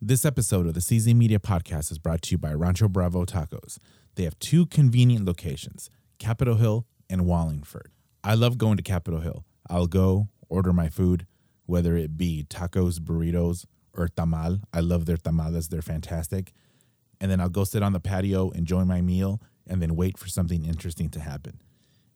This episode of the CZ Media Podcast is brought to you by Rancho Bravo Tacos. They have two convenient locations, Capitol Hill and Wallingford. I love going to Capitol Hill. I'll go, order my food, whether it be tacos, burritos, or tamal. I love their tamales, they're fantastic. And then I'll go sit on the patio, enjoy my meal, and then wait for something interesting to happen.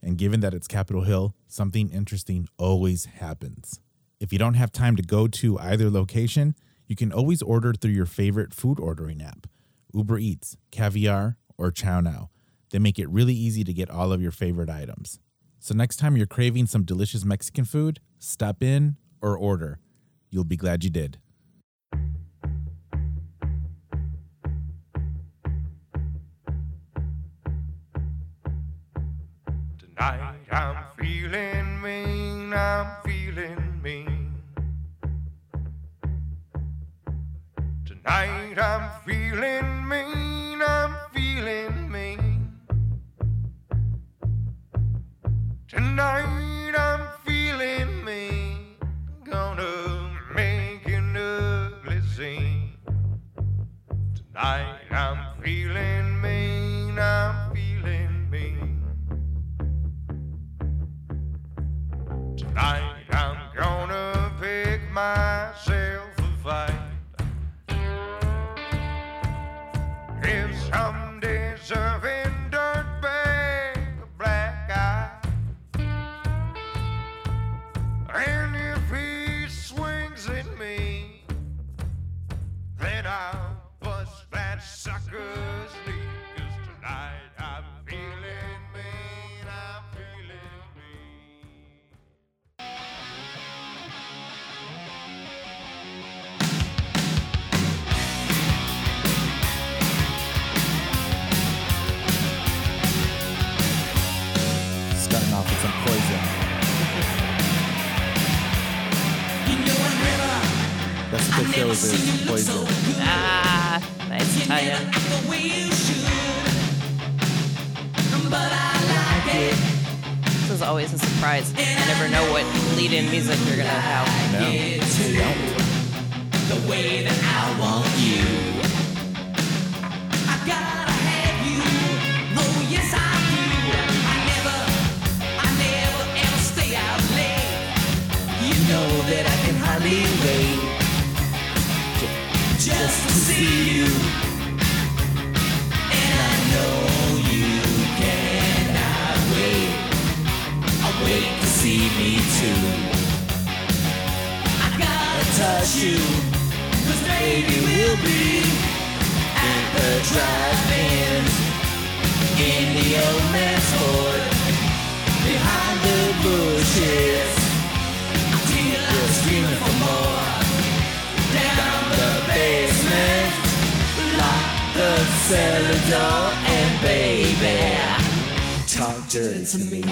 And given that it's Capitol Hill, something interesting always happens. If you don't have time to go to either location, you can always order through your favorite food ordering app Uber Eats, Caviar, or Chow Now. They make it really easy to get all of your favorite items. So next time you're craving some delicious Mexican food, stop in or order. You'll be glad you did. Tonight I'm feeling mean, I'm feeling mean. Tonight I'm feeling mean, I'm feeling mean. Tonight I'm feeling mean, gonna make an ugly scene. Tonight I'm feeling mean, I'm feeling mean. Tonight I'm gonna pick myself a fight. If some deserving dirtbag, a black eye, and if he swings at me, then I'll bust that sucker's knee. 'Cause tonight I'm feeling mean, I'm feeling mean. Starting off with some poison. That's what they show is poison. Ah, nice tie-in. This is always a surprise. You never know what lead-in music you're gonna have. No. No. Just to see you, and I know you cannot wait. I wait to see me too. I gotta touch you, cause baby we'll be at the drive-in in the old man's Ford, behind the bushes. I feel like screaming for more down the basement. Lock the cellar door and baby, talk dirty to me.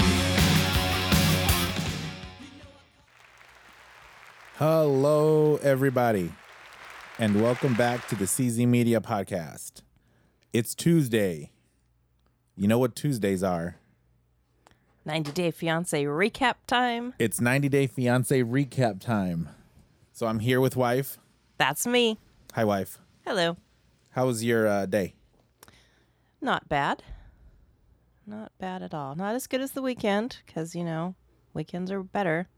Hello, everybody, and welcome back to the CZ Media Podcast. It's Tuesday. You know what Tuesdays are? 90 Day Fiance recap time. It's 90 Day Fiance recap time. So I'm here with wife. That's me. Hi, wife. Hello. How was your uh, day? Not bad. Not bad at all. Not as good as the weekend, because, you know, weekends are better.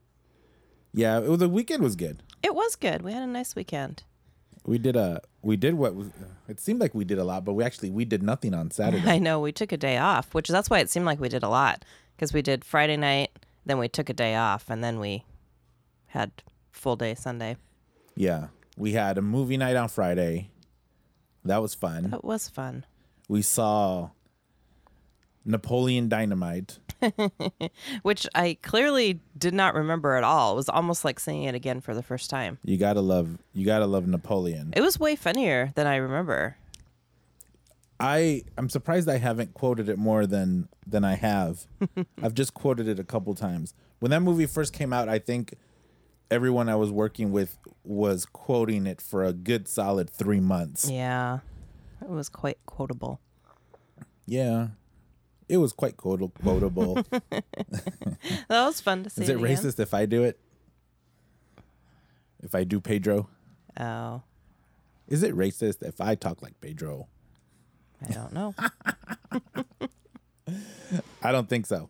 Yeah, it was, the weekend was good. It was good. We had a nice weekend. We did a we did what was, it seemed like we did a lot, but we actually we did nothing on Saturday. I know we took a day off, which that's why it seemed like we did a lot, because we did Friday night, then we took a day off, and then we had full day Sunday. yeah, we had a movie night on Friday. That was fun. It was fun. We saw Napoleon Dynamite. which I clearly did not remember at all. It was almost like seeing it again for the first time. You gotta love you gotta love Napoleon. It was way funnier than I remember. I I'm surprised I haven't quoted it more than than I have. I've just quoted it a couple times. When that movie first came out, I think everyone I was working with was quoting it for a good solid 3 months. Yeah, it was quite quotable. Yeah. It was quite quota- quotable. That was fun to see. Is it again. racist if I do it? If I do Pedro? Oh, Is it racist if I talk like Pedro? I don't know. I don't think so.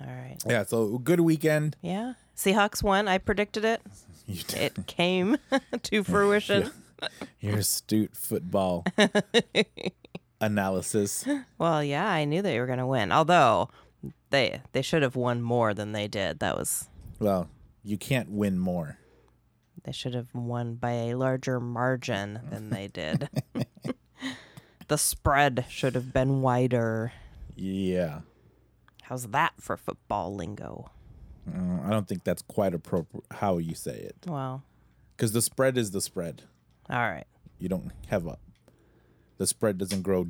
All right. Yeah, so good weekend. Yeah. Seahawks won. I predicted it. You did- It came to fruition. Your astute football analysis. Well, yeah, I knew they were going to win. Although they they should have won more than they did. That was Well, you can't win more. they should have won by a larger margin than they did. the spread should have been wider. Yeah. How's that for football lingo? Uh, I don't think that's quite appropriate how you say it. Well, Because the spread is the spread. all right. You don't have a. The spread doesn't grow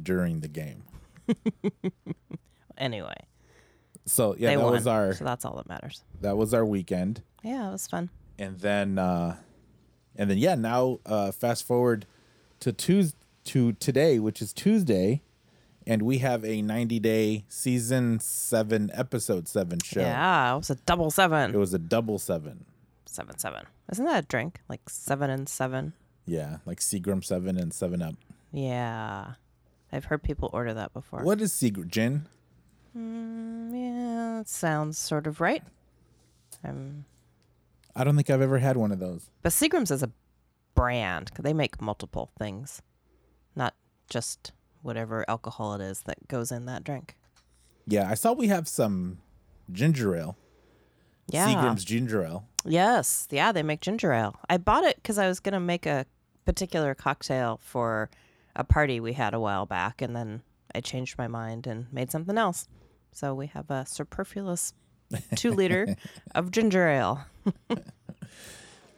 during the game. Anyway, So yeah, they that won. was our So that's all that matters. that was our weekend. Yeah, it was fun. and then uh and then yeah now uh fast forward to Tues to today which is tuesday and we have a 90 day season 7 episode 7 show Yeah, it was a double seven. it was a double 7 seven seven. Isn't that a drink? Like seven and seven. yeah like seagram 7 and 7 up Yeah, I've heard people order that before. what is seagram gin Yeah, that sounds sort of right. Um, i don't think i've ever had one of those but Seagram's is a brand. 'cause They make multiple things, not just whatever alcohol it is that goes in that drink. yeah i saw we have some ginger ale Yeah. seagram's ginger ale Yes. Yeah, they make ginger ale. I bought it because I was going to make a particular cocktail for a party we had a while back, and then I changed my mind and made something else. So we have a superfluous two liter of ginger ale.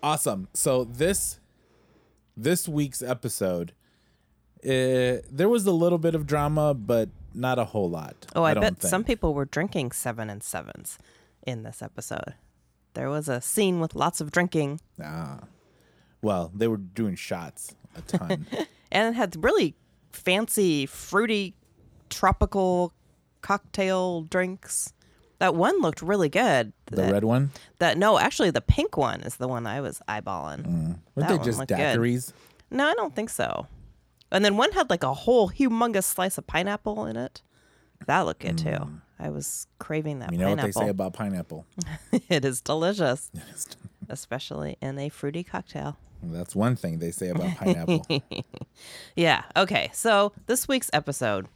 awesome so this this week's episode uh, there was a little bit of drama but not a whole lot Oh, I, bet think. some people were drinking seven and sevens in this episode. There was a scene with lots of drinking, ah. well they were doing shots a ton and it had really fancy, fruity, tropical cocktail drinks. That one looked really good. the that, red one that- no, actually, the pink one is the one I was eyeballing. Mm. weren't That they one just looked good. daiquiris No, I don't think so. And then one had like a whole humongous slice of pineapple in it. That looked good too. I was craving that Mm. you know pineapple. what they say about pineapple it is delicious. especially in a fruity cocktail. that's one thing they say about pineapple Yeah. Okay. So this week's episode.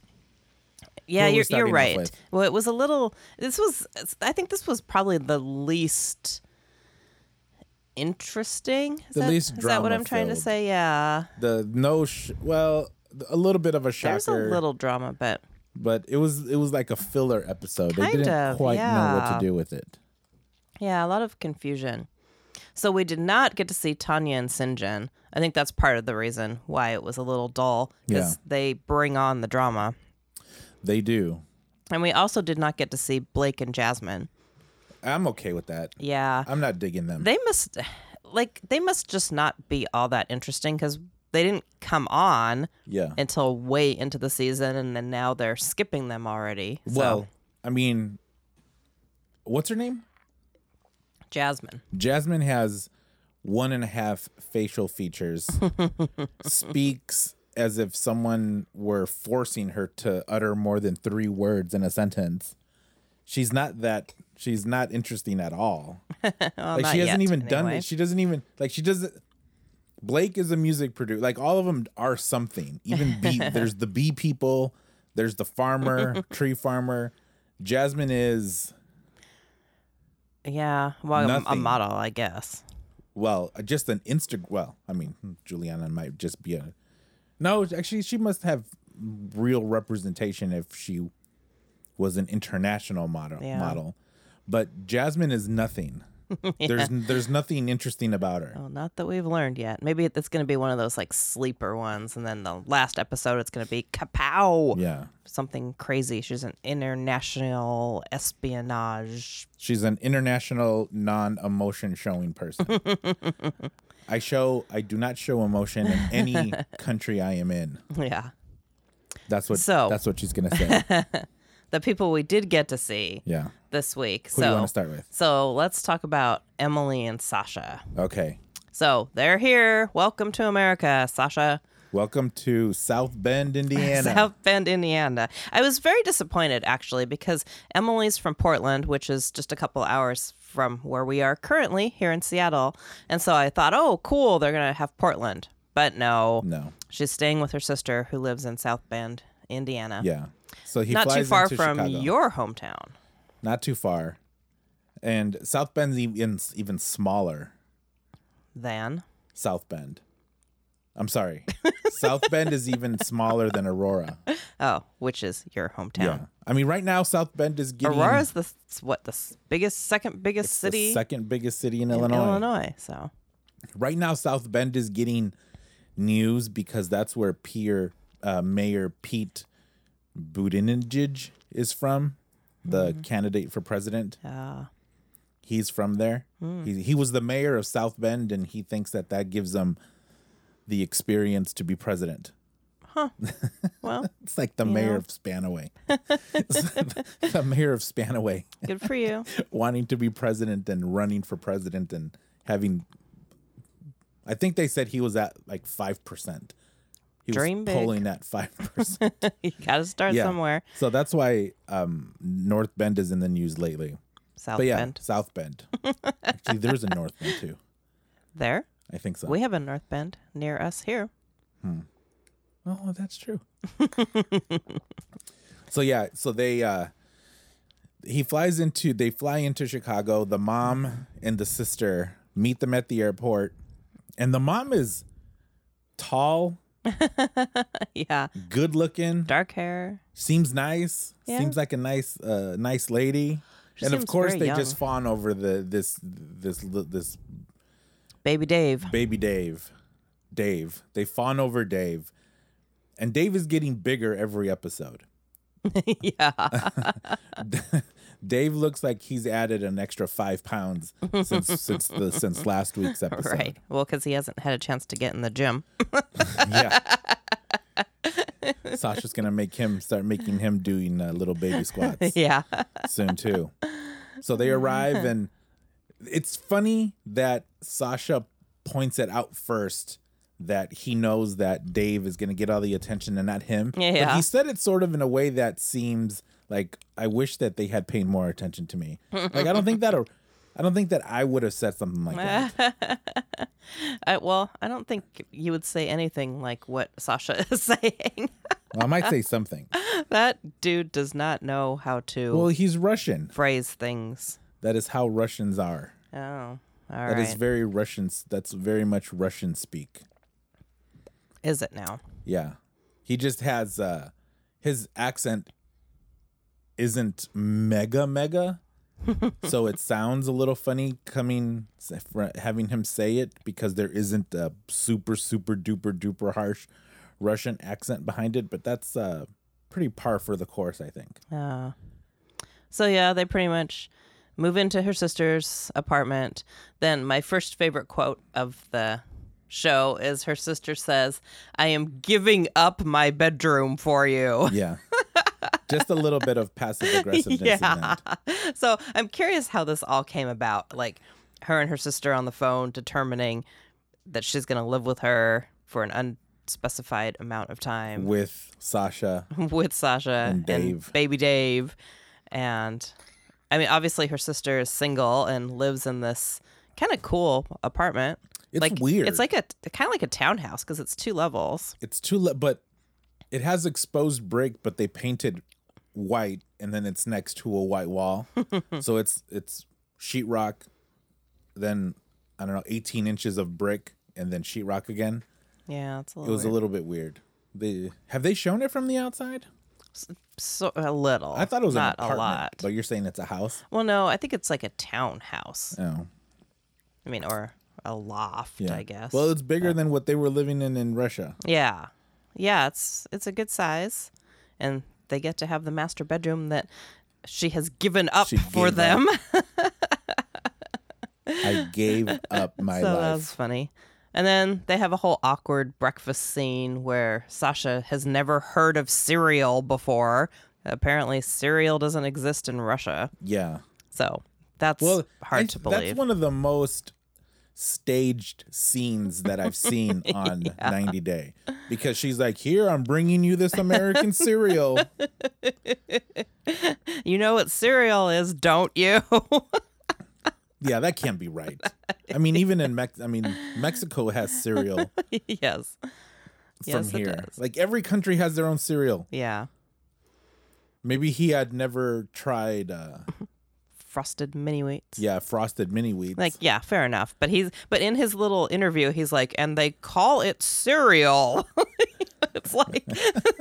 Yeah, What are we you're, starting you're off right. with? Well, it was a little. This was. I think this was probably the least interesting. Is The that- least Is that what I'm trying to drama-filled. say? Yeah. the no sh- well a little bit of a shocker There's a little drama, but but it was it was like a filler episode they Kind didn't of, quite know what yeah. to do with it yeah, a lot of confusion. So we did not get to see Tanya and Sinjin. I think that's part of the reason why it was a little dull because Yeah. they bring on the drama. they do And we also did not get to see Blake and Jasmine. i'm okay with that Yeah. i'm not digging them They must like they must just not be all that interesting cuz they didn't come on yeah until way into the season and then now they're skipping them already. So, Well, I mean, what's her name? Jasmine. Jasmine has one and a half facial features, speaks as if someone were forcing her to utter more than three words in a sentence. She's not that. She's not interesting at all. like not she hasn't yet, even done anyway. it. She doesn't even like. She doesn't. Blake is a music producer. Like all of them are something. Even bee, there's the bee people. There's the farmer, tree farmer. Jasmine is Yeah, well a- a Nothing. model, I guess. well, uh, just an Insta. Well, I mean, hmm, Juliana might just be a. No, actually, she must have real representation if she was an international model. Yeah. Model, but Jasmine is nothing. There's there's nothing interesting about her. Well, not that we've learned yet. Maybe it's going to be one of those like sleeper ones and then the last episode it's going to be kapow. Yeah, Something crazy. She's an international espionage she's an international non-emotion showing person. I show I do not show emotion in any country I am in. yeah. That's what So- that's what she's gonna say. the people we did get to see Yeah. this week. Who do you so, want to start with? so let's talk about Emily and Sasha. Okay. So they're here. Welcome to America, Sasha. Welcome to South Bend, Indiana. South Bend, Indiana. I was very disappointed actually because Emily's from Portland, which is just a couple hours from where we are currently here in Seattle. And so I thought, oh, cool, they're going to have Portland. But no, No. she's staying with her sister who lives in South Bend, Indiana. Yeah. So he Not too flies far into from Chicago. your hometown. Not too far. And South Bend's even even smaller. Then South Bend. I'm sorry. South Bend is even smaller than Aurora. Oh, which is your hometown. Yeah. I mean, right now South Bend is getting Aurora's the s- what the s- biggest, second biggest city the second biggest city in, in Illinois. Illinois. So Right now, South Bend is getting news because that's where Pier, uh, Mayor Pete Buttigieg is from, the candidate for president. uh, He's from there. He, he was the mayor of South Bend, and he thinks that that gives him the experience to be president. well, It's like the mayor know? of Spanaway. It's the mayor of Spanaway good for you. wanting to be president and running for president and having I think they said he was at like five percent. He Dream was big. polling at five percent. you got to start yeah. somewhere. So that's why um North Bend is in the news lately. South But yeah, Bend. South Bend. Actually there's a North Bend too. There, I think so. we have a North Bend near us here. Oh, that's true. so yeah, so they uh he flies into they fly into Chicago. The mom and the sister meet them at the airport. And the mom is tall, yeah, good looking, dark hair. seems nice, Yeah. seems like a nice uh nice lady. She and of seems course very they young. just fawn over the this this this Baby Dave. baby Dave. Dave. They fawn over Dave. And Dave is getting bigger every episode. yeah, Dave looks like he's added an extra five pounds since since the since last week's episode. right. Well, because he hasn't had a chance to get in the gym. Yeah. Sasha's gonna make him start making him doing uh, little baby squats yeah, soon too. So they arrive and it's funny that Sasha points it out first that he knows that Dave is gonna get all the attention and not him. But Yeah. he said it sort of in a way that seems like I wish that they had paid more attention to me. Like I don't think that a, I don't think that I would have said something like that. I, well, I don't think you would say anything like what Sasha is saying. Well, I might say something. that dude does not know how to Well, he's Russian. phrase things. That is how Russians are. Oh, all That right. is very Russian. That's very much Russian speak. Is it now? Yeah, he just has uh, his accent isn't mega mega, so it sounds a little funny coming fr- having him say it because there isn't a super super duper duper harsh Russian accent behind it. But that's uh, pretty par for the course, I think. Uh, so yeah, they pretty much move into her sister's apartment. Then my first favorite quote of the show is her sister says, "I am giving up my bedroom for you." Yeah, just a little bit of passive aggressiveness. in that. so I'm curious how this all came about. Like her and her sister on the phone determining that she's going to live with her for an unspecified amount of time with Sasha. with Sasha and, Dave. baby Dave. And I mean, obviously, her sister is single and lives in this kind of cool apartment. It's like, weird. It's like a kind of like a townhouse because it's two levels. It's too, le- but it has exposed brick, but they painted white, and then it's next to a white wall, so it's it's sheetrock, then I don't know, eighteen inches of brick, and then sheetrock again. Yeah, it's a It little. was a little bit weird. They have they shown it from the outside? so, a little. I thought it was not an apartment, a lot. but you're saying it's a house. well, no, I think it's like a townhouse. Oh, I mean, or a loft, yeah. I guess. Well, it's bigger than what they were living in in Russia. yeah, yeah, it's it's a good size, and they get to have the master bedroom that she has given up She for gave up. them. I gave up my so that was life. funny. And then they have a whole awkward breakfast scene where Sasha has never heard of cereal before. Apparently, cereal doesn't exist in Russia. Yeah. So that's well, hard and to believe. That's one of the most staged scenes that I've seen on 90 Day because she's like, Here, I'm bringing you this American cereal. You know what cereal is, don't you? Yeah, that can't be right. I mean, even in Mex, I mean, Mexico has cereal yes. from Yes, it here. does. Like every country has their own cereal. Yeah. Maybe he had never tried, uh, Frosted mini wheats. yeah, frosted mini wheats. Like, yeah, fair enough. But he's but in his little interview, he's like, and they call it cereal. it's like,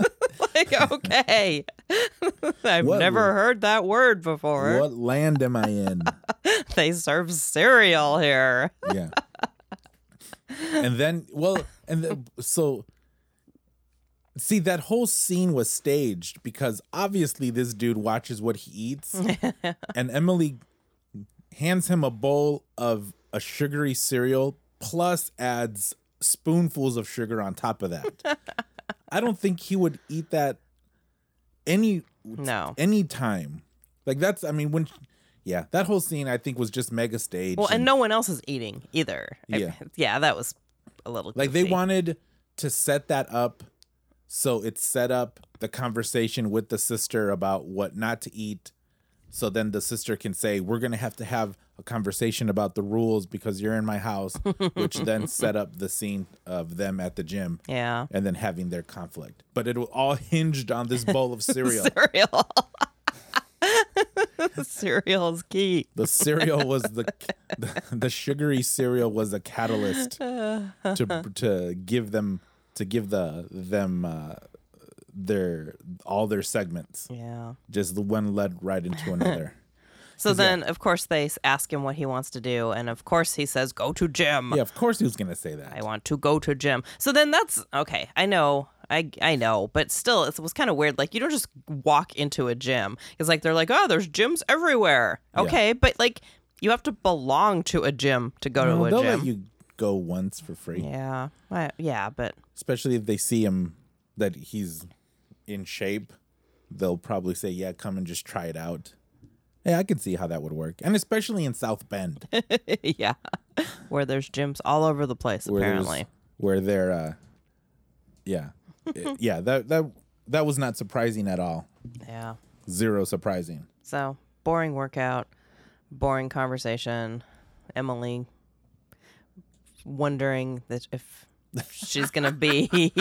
like okay, I've What never would- heard that word before. what land am I in? They serve cereal here. yeah. And then, well, and the, so, see, that whole scene was staged because obviously this dude watches what he eats, and Emily hands him a bowl of a sugary cereal plus adds spoonfuls of sugar on top of that. I don't think he would eat that any No. any time. Like that's, I mean, when, yeah, that whole scene I think was just mega staged. Well, and no one else is eating either. I- Yeah. yeah, that was a little Like they goofy. wanted to set that up so it set up the conversation with the sister about what not to eat. So then the sister can say, We're gonna have to have a conversation about the rules because you're in my house, which then set up the scene of them at the gym Yeah. and then having their conflict. But it all hinged on this bowl of cereal. Cereal. cereal is key. the cereal was the, the the sugary cereal was a catalyst to to give them to give the them uh, their all their segments Yeah. just the one led right into another So then, of course, they s- ask him what he wants to do, and of course, he says, "Go to gym. yeah of course he was gonna say that I want to go to gym." So then, that's okay. I know, I I know, but still, it's- it was kind of weird. Like you don't just walk into a gym. It's like they're like, "Oh, there's gyms everywhere." Okay, but like you have to belong to a gym to go Well, to they'll a gym. let you go once for free yeah, I, yeah, but especially if they see him that he's in shape they'll probably say yeah come and just try it out yeah i can see how that would work and especially in south bend yeah, where there's gyms all over the place where there's- apparently. where they're uh yeah I- yeah that that that was not surprising at all Yeah. zero surprising So boring workout, boring conversation. Emily wondering that if she's gonna be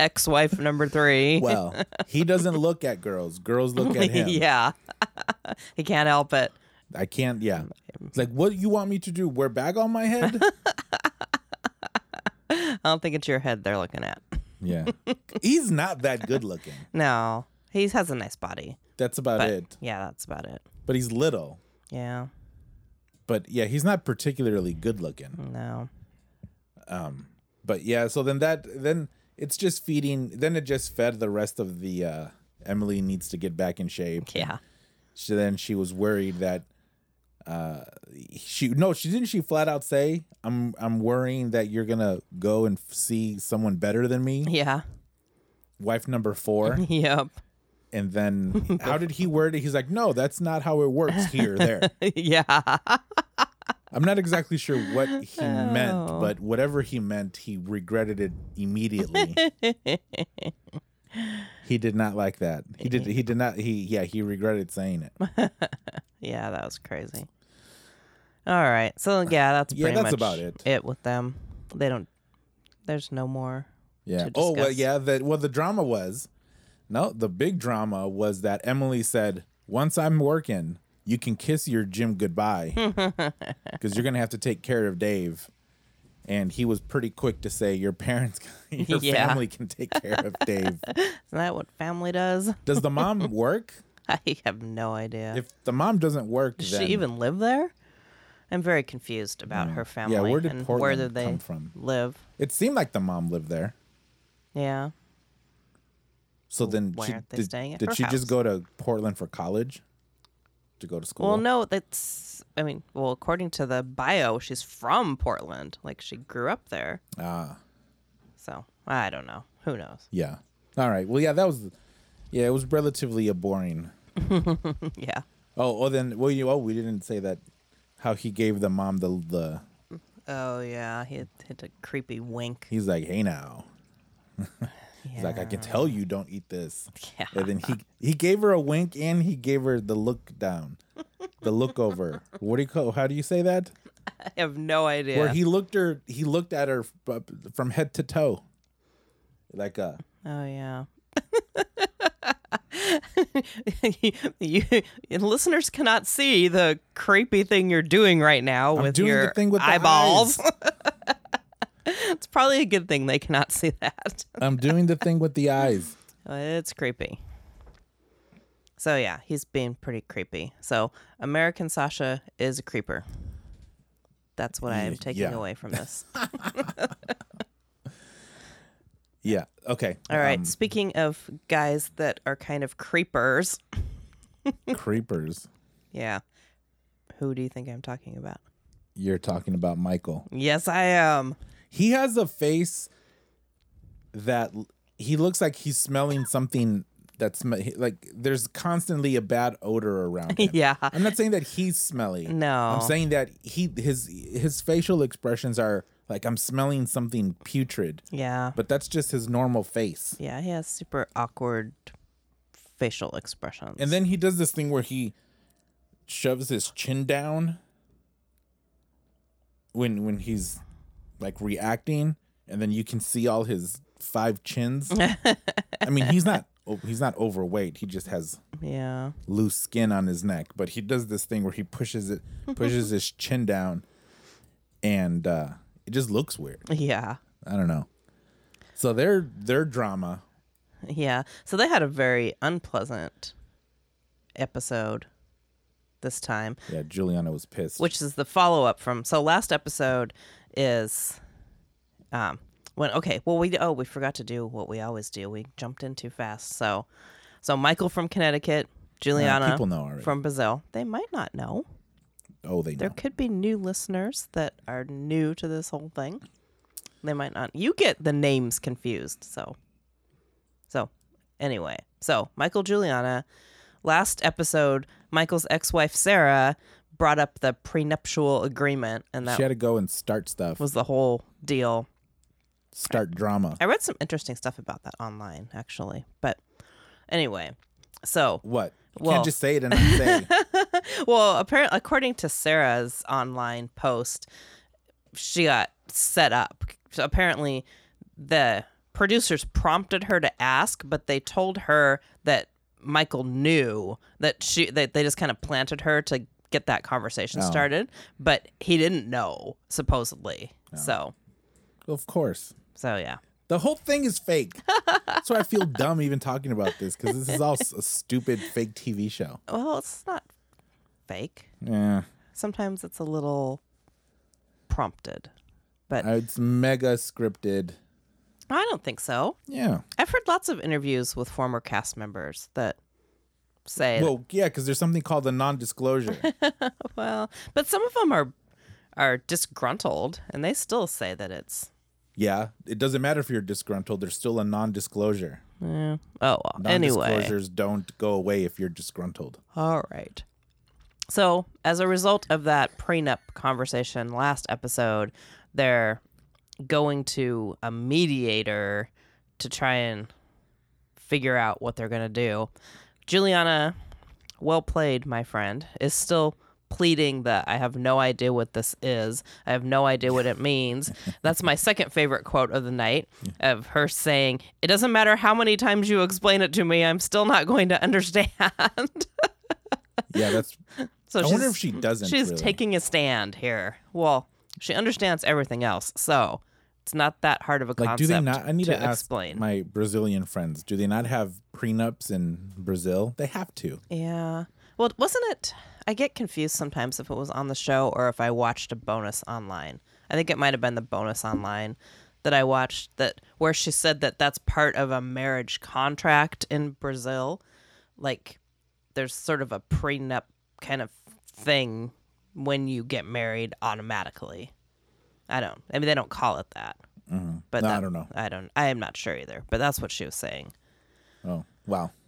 ex-wife number three. well he doesn't look at girls girls look at him yeah, he can't help it. i can't yeah it's like what you want me to do wear bag on my head I don't think it's your head they're looking at. yeah he's not that good looking No, he has a nice body. that's about But it yeah, that's about it. but he's little Yeah, but yeah he's not particularly good looking no, but yeah so then that then it's just feeding then it just fed the rest of the uh emily needs to get back in shape yeah, So then she was worried that uh she no she didn't she flat out say I'm I'm worrying that you're gonna go and f- see someone better than me yeah, wife number four yep, and then how did he word it he's like no that's not how it works here there yeah, I'm not exactly sure what he meant but whatever he meant he regretted it immediately he did not like that he did he did not he yeah he regretted saying it yeah. That was crazy. All right, so yeah, that's Yeah, pretty that's much about it. It with them, they don't. There's no more Yeah. to Oh well, discuss. yeah. That well, the drama was, no, the big drama was that Emily said, "Once I'm working, you can kiss your gym goodbye, because you're gonna have to take care of Dave." And he was pretty quick to say, "Your parents, your Yeah. family can take care of Dave." Isn't that what family does? Does the mom work? I have no idea. If the mom doesn't work, does then Mm. she even live there? I'm very confused about her family. Yeah, where did and where Portland did they come from? live? it seemed like the mom lived there. Yeah. So then, Why she, aren't they did, staying at did her she house? just go to Portland for college? To go to school? Well, no, that's. I mean, well, according to the bio, she's from Portland. Like she grew up there. Ah. So I don't know. Who knows? Yeah. All right. Well, yeah, that was, yeah, it was relatively a boring. yeah. Oh, oh, then well, you oh, we didn't say that how he gave the mom the the Oh yeah, he hit a creepy wink. He's like, hey now. Yeah. He's like, I can tell you don't eat this. Yeah. And then he he gave her a wink and he gave her the look down, the look over. What do you call? How do you say that? I have no idea. Where he looked her, he looked at her f- from head to toe, like uh, a oh yeah. you, you- listeners cannot see the creepy thing you're doing right now with doing the your thing with the eyeballs. it's probably a good thing they cannot see that. I'm doing the thing with the eyes. It's creepy. So yeah, he's being pretty creepy. So American Sasha is a creeper. That's what I am Yeah, taking yeah. away from this. Yeah. Okay. All right. Um, Speaking of guys that are kind of creepers, creepers. yeah. Who do you think I'm talking about? You're talking about Michael. Yes, I am. He has a face that l- he looks like he's smelling something that's sm- he- like there's constantly a bad odor around him. Yeah. I'm not saying that he's smelly. No. I'm saying that he his his facial expressions are like I'm smelling something putrid, Yeah. but that's just his normal face. Yeah, he has super awkward facial expressions. And then he does this thing where he shoves his chin down when when he's like reacting, and then you can see all his five chins. I mean, he's not o- he's not overweight. He just has yeah. loose skin on his neck, but he does this thing where he pushes it pushes his chin down, and uh, it just looks weird. Yeah. I don't know. So their their drama. Yeah. So they had a very unpleasant episode this time, Yeah, Juliana was pissed. which is the follow up from. So last episode is um when okay, well we oh, we forgot to do what we always do. We jumped in too fast. So so Michael from Connecticut, Juliana Uh, people know already. from Brazil. They might not know. oh, they There know. could be new listeners that are new to this whole thing. They might not. You get the names confused. So, so anyway, so Michael Juliana, last episode, Michael's ex-wife Sarah brought up the prenuptial agreement, and that She had to go and start stuff, was the whole deal. start drama. I read some interesting stuff about that online, actually. But anyway, so What? You Well- can't just say it and not say. well, apparently, according to Sarah's online post, she got set up. So apparently, the producers prompted her to ask, but they told her that Michael knew that she that they just kind of planted her to get that conversation started, but he didn't know supposedly. So, of course, so yeah, the whole thing is fake. That's why I feel dumb even talking about this because this is all s- a stupid fake TV show. well, it's not fake. Yeah, Sometimes it's a little prompted, but Uh, it's mega scripted. I don't think so. Yeah. I've heard lots of interviews with former cast members that say, well, Well, yeah, because there's something called a non-disclosure. but some of them are are disgruntled, and they still say that it's yeah, it doesn't matter if you're disgruntled. There's still a non-disclosure. oh well. Anyway, Non-disclosures don't go away if you're disgruntled. all right. So as a result of that prenup conversation last episode, they're going to a mediator to try and figure out what they're going to do. Juliana, well played, my friend, is still pleading that I have no idea what this is. I have no idea what it means. That's my second favorite quote of the night of her saying, It doesn't matter how many times you explain it to me, I'm still not going to understand. Yeah, that's. so I wonder she's- if she doesn't. She's really. taking a stand here. Well, she understands everything else, so it's not that hard of a Like, concept do they not? I need to, to, ask explain. my Brazilian friends. Do they not have prenups in Brazil? They have to. Yeah. Well, wasn't it? I get confused sometimes if it was on the show or if I watched a bonus online. I think it might have been the bonus online that I watched that where she said that that's part of a marriage contract in Brazil. Like there's sort of a prenup kind of thing when you get married automatically. I don't. I mean, they don't call it that. But Mm-hmm. No, I that- don't know. I don't. I am not sure either. But that's what she was saying. Oh wow. Oh,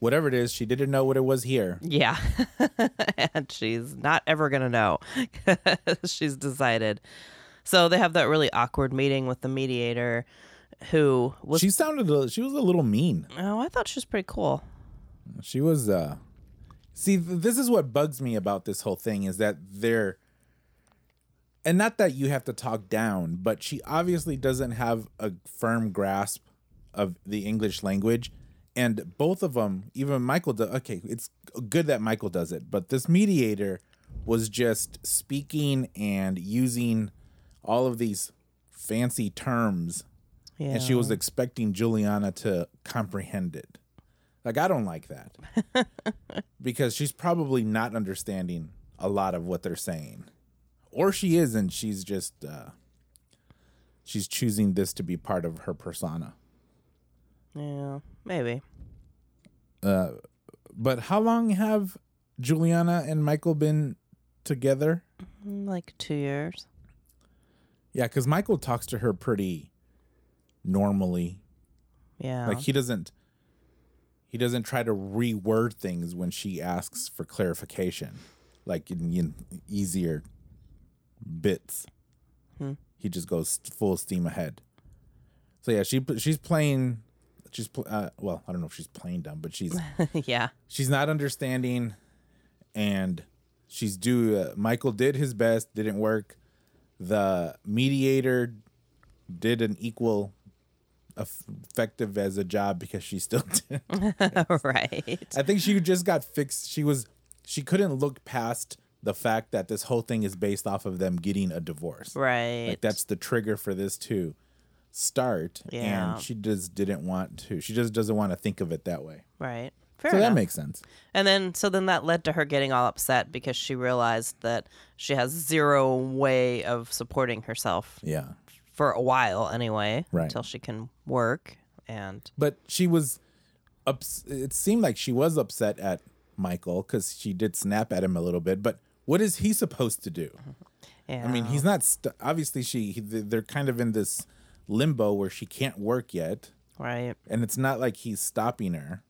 whatever it is, she didn't know what it was here. Yeah. and she's not ever going to know. she's decided. So they have that really awkward meeting with the mediator who was. She sounded a, she was a little mean. oh, I thought she was pretty cool. She was uh See, th- this is what bugs me about this whole thing is that they're and not that you have to talk down, but she obviously doesn't have a firm grasp of the English language. And both of them, even Michael, do, okay, it's good that Michael does it, but this mediator was just speaking and using all of these fancy terms Yeah. and she was expecting Juliana to comprehend it. Like I don't like that because she's probably not understanding a lot of what they're saying, or she is, and she's just uh, she's choosing this to be part of her persona. Yeah. Maybe. But how long have Juliana and Michael been together? Like two years. Yeah, because Michael talks to her pretty normally. Yeah. Like he doesn't he doesn't try to reword things when she asks for clarification, like in, in easier bits. He just goes full steam ahead. So yeah, she she's playing. She's pl- uh, well, I don't know if she's playing dumb, but she's yeah. she's not understanding, and she's due. Uh, Michael did his best, didn't work. The mediator did an equal eff- effective as a job because she still did. right. I think she just got fixed. She was she couldn't look past the fact that this whole thing is based off of them getting a divorce. Right. Like that's the trigger for this to start. Yeah. And she just didn't want to. She just doesn't want to think of it that way. right. Fair so enough. that makes sense. And then, so then that led to her getting all upset because she realized that she has zero way of supporting herself Yeah. for a while, anyway, Right. until she can work. And but she was ups- it seemed like she was upset at michael because she did snap at him a little bit but what is he supposed to do yeah, i mean he's not st- obviously she he, they're kind of in this limbo where she can't work yet right. and it's not like he's stopping her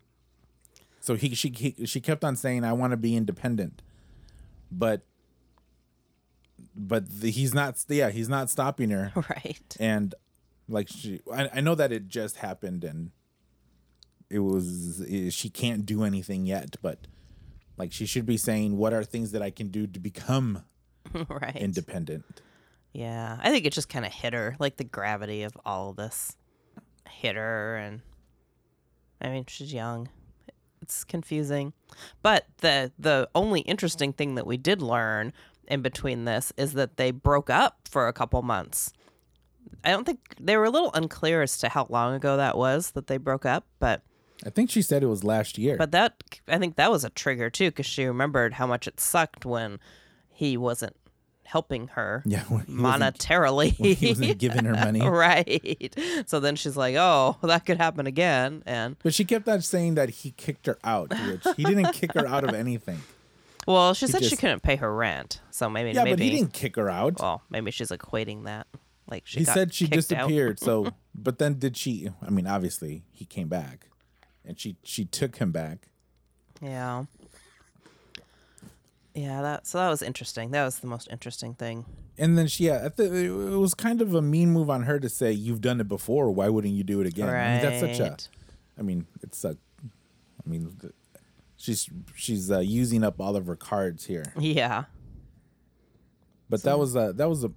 so he she he, she kept on saying i want to be independent but but the, he's not yeah he's not stopping her Right. and like she I, I know that it just happened and it was i she can't do anything yet but like she should be saying what are things that i can do to become right. independent yeah. I think it just kind of hit her, like the gravity of all of this hit her. And I mean, she's young. It's confusing. But the the only interesting thing that we did learn in between this is that they broke up for a couple months. I don't think they were a little unclear as to how long ago that was that they broke up, but i think she said it was last year But that I think that was a trigger too, because she remembered how much it sucked when he wasn't helping her yeah when he wasn't- monetarily. when he wasn't giving her money right. So then she's like, "Oh, that could happen again." And but she kept on saying that he kicked her out which he didn't kick her out of anything well, she said she just- couldn't pay her rent, so maybe yeah maybe but he didn't kick her out well maybe she's equating that. Like she he got said she kicked out. disappeared so but then did she i mean obviously he came back and she she took him back Yeah. Yeah, that so that was interesting. That was the most interesting thing. And then she, yeah, I thi- it was kind of a mean move on her to say, "You've done it before. Why wouldn't you do it again?" I mean, that's such a. Right. I mean, it's a. I mean, th- she's she's uh, using up all of her cards here. Yeah. But that was a that was a.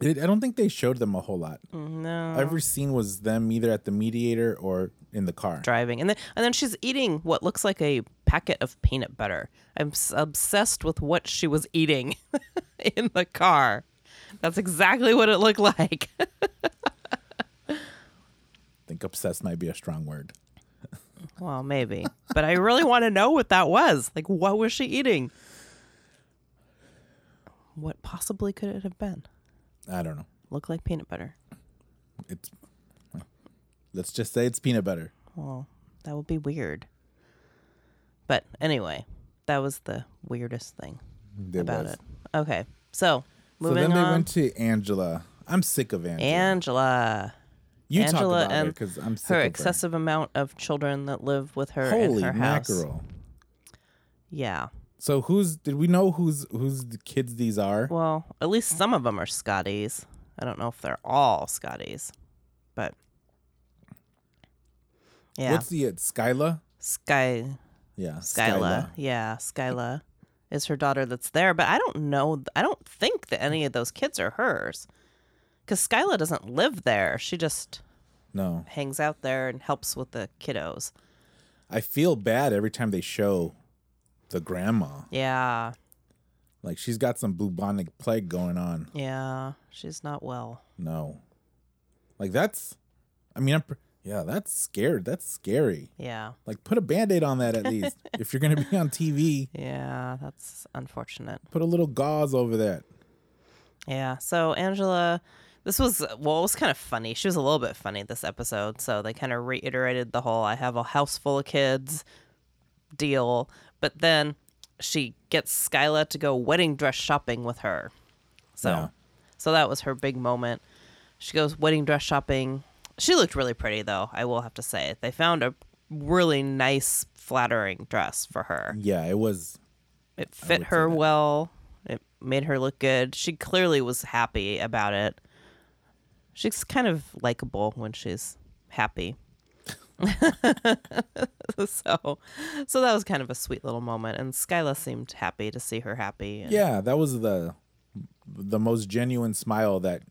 It, I don't think they showed them a whole lot. No. Every scene was them either at the mediator or in the car. driving, and then and then she's eating what looks like a packet of peanut butter. I'm s- obsessed with what she was eating in the car. That's exactly what it looked like. I think obsessed might be a strong word. well, maybe, but I really want to know what that was. Like, what was she eating? What possibly could it have been? I don't know. Looked like peanut butter. It's. Let's just say it's peanut butter. Well, that would be weird. But anyway, that was the weirdest thing It about was. it. Okay, so So moving then they on. went to Angela. I'm sick of Angela. Angela. You Angela talk about and it because I'm sick her of excessive amount of children that live with her Holy in her house. mackerel! Yeah. So who's did we know whose whose the kids these are? Well, at least some of them are Scotties. I don't know if they're all Scotties, but yeah, What's the it? Skyla? Sky Yeah, Skyla. Yeah, Skyla is her daughter that's there, but I don't know. I don't think that any of those kids are hers, because Skyla doesn't live there. She just No, hangs out there and helps with the kiddos. I feel bad every time they show the grandma. Yeah, Like she's got some bubonic plague going on. yeah, she's not well. No, like that's. I mean, I'm. pr- Yeah, that's scared. That's scary. Yeah, Like, put a band aid on that at least. if you're gonna be on TV, yeah, that's unfortunate. put a little gauze over that. Yeah. So Angela, this was well, it was kind of funny. She was a little bit funny this episode. So they kind of reiterated the whole "I have a house full of kids" deal, but then she gets Skyla to go wedding dress shopping with her. So, Yeah. so that was her big moment. She goes wedding dress shopping. She looked really pretty though. I will have to say, they found a really nice, flattering dress for her. Yeah, it was. It fit her well. It made her look good. She clearly was happy about it. She's kind of likable when she's happy. so, so that was kind of a sweet little moment, and Skyla seemed happy to see her happy. and- Yeah, that was the the most genuine smile that